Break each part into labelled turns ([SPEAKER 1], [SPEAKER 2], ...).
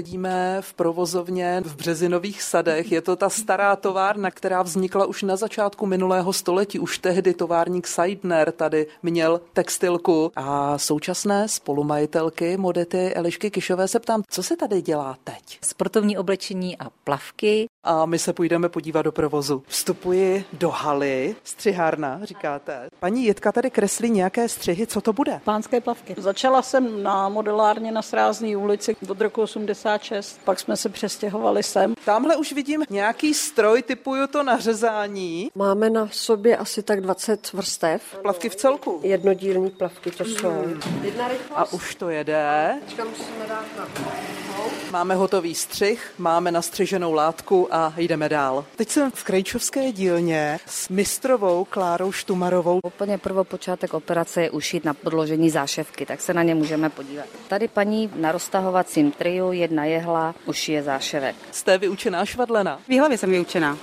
[SPEAKER 1] Sedíme v provozovně v Březinových sadech. Je to ta stará továrna, která vznikla už na začátku minulého století. Už tehdy továrník Seidner tady měl textilku. A současné spolumajitelky Modety Elišky Kišové se ptám, co se tady dělá teď?
[SPEAKER 2] Sportovní oblečení a plavky.
[SPEAKER 1] A my se půjdeme podívat do provozu. Vstupuji do haly. Střihárna, říkáte. Paní Jitka tady kreslí nějaké střihy. Co to bude?
[SPEAKER 3] Pánské plavky. Začala jsem na modelárně na Srázní ulici od roku 86, pak jsme se přestěhovali sem.
[SPEAKER 1] Tamhle už vidím nějaký stroj, typuju to na řezání.
[SPEAKER 4] Máme na sobě asi tak 20 vrstev.
[SPEAKER 1] Plavky v celku.
[SPEAKER 4] Jednodílní plavky to jsou. Mm. Jedna rychlost.
[SPEAKER 1] A už to jede.
[SPEAKER 4] Teďka musíme dát na
[SPEAKER 1] Máme hotový střih, máme nastřiženou látku a jdeme dál. Teď jsem v Krejčovské dílně s mistrovou Klárou Štumarovou.
[SPEAKER 2] Úplně prvopočátek operace je ušít na podložení záševky, tak se na ně můžeme podívat. Tady paní na roztahovacím triu jedna jehla ušije záševek.
[SPEAKER 1] Jste vyučená švadlena.
[SPEAKER 5] V hlavě jsem vyučená.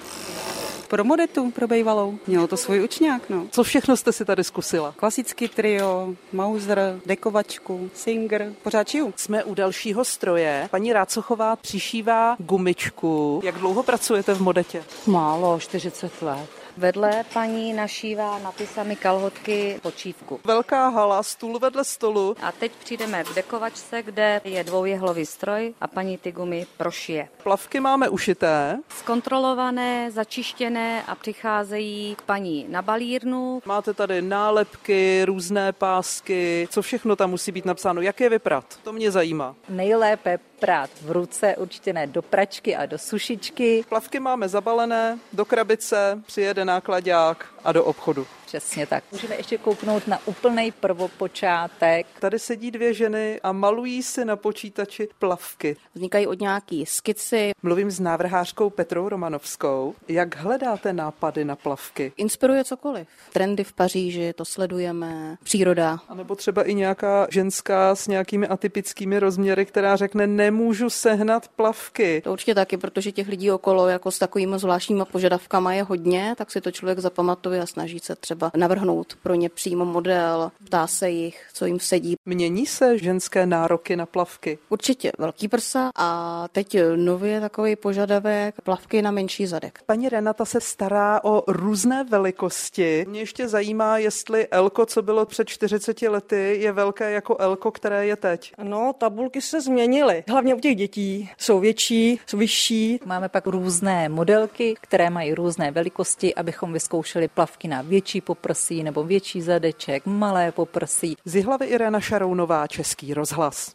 [SPEAKER 5] Pro modetu, pro bejvalou. Mělo to svůj učňák, no.
[SPEAKER 1] Co všechno jste si tady zkusila?
[SPEAKER 5] Klasický trio, Mauser, dekovačku, singer, pořád šiju.
[SPEAKER 1] Jsme u dalšího stroje. Paní Rácochová přišívá gumičku. Jak dlouho pracujete v modetě?
[SPEAKER 6] Málo, 40 let.
[SPEAKER 2] Vedle paní našívá napisami kalhotky počívku.
[SPEAKER 1] Velká hala, stůl vedle stolu.
[SPEAKER 2] A teď přijdeme k dekovačce, kde je dvoujehlový stroj a paní ty gumy prošije.
[SPEAKER 1] Plavky máme ušité.
[SPEAKER 2] Zkontrolované, začištěné a přicházejí k paní na balírnu.
[SPEAKER 1] Máte tady nálepky, různé pásky, co všechno tam musí být napsáno, jak je vyprat. To mě zajímá.
[SPEAKER 7] Nejlépe prát v ruce, určitě ne do pračky a do sušičky.
[SPEAKER 1] Plavky máme zabalené, do krabice přijede nákladák a do obchodu.
[SPEAKER 7] Přesně tak. Můžeme ještě kouknout na úplný prvopočátek.
[SPEAKER 1] Tady sedí dvě ženy a malují si na počítači plavky.
[SPEAKER 8] Vznikají od nějaký skici.
[SPEAKER 1] Mluvím s návrhářkou Petrou Romanovskou. Jak hledáte nápady na plavky?
[SPEAKER 8] Inspiruje cokoliv. Trendy v Paříži, to sledujeme. Příroda.
[SPEAKER 1] A nebo třeba i nějaká ženská s nějakými atypickými rozměry, která řekne, nemůžu sehnat plavky.
[SPEAKER 8] To určitě taky, protože těch lidí okolo jako s takovými zvláštními požadavkama je hodně, tak si to člověk zapamatuje a snaží se třeba navrhnout pro ně přímo model, ptá se jich, co jim sedí.
[SPEAKER 1] Mění se ženské nároky na plavky.
[SPEAKER 8] Určitě velký prsa a teď nově takový požadavek plavky na menší zadek.
[SPEAKER 1] Paní Renata se stará o různé velikosti. Mě ještě zajímá, jestli Elko, co bylo před 40 lety, je velké jako Elko, které je teď.
[SPEAKER 9] No, tabulky se změnily. Hlavně u těch dětí jsou větší, jsou vyšší.
[SPEAKER 7] Máme pak různé modelky, které mají různé velikosti, abychom vyzkoušeli plavky na větší poprsí nebo větší zadeček, malé poprsí.
[SPEAKER 1] Z Jihlavy Irena Šarounová, Český rozhlas.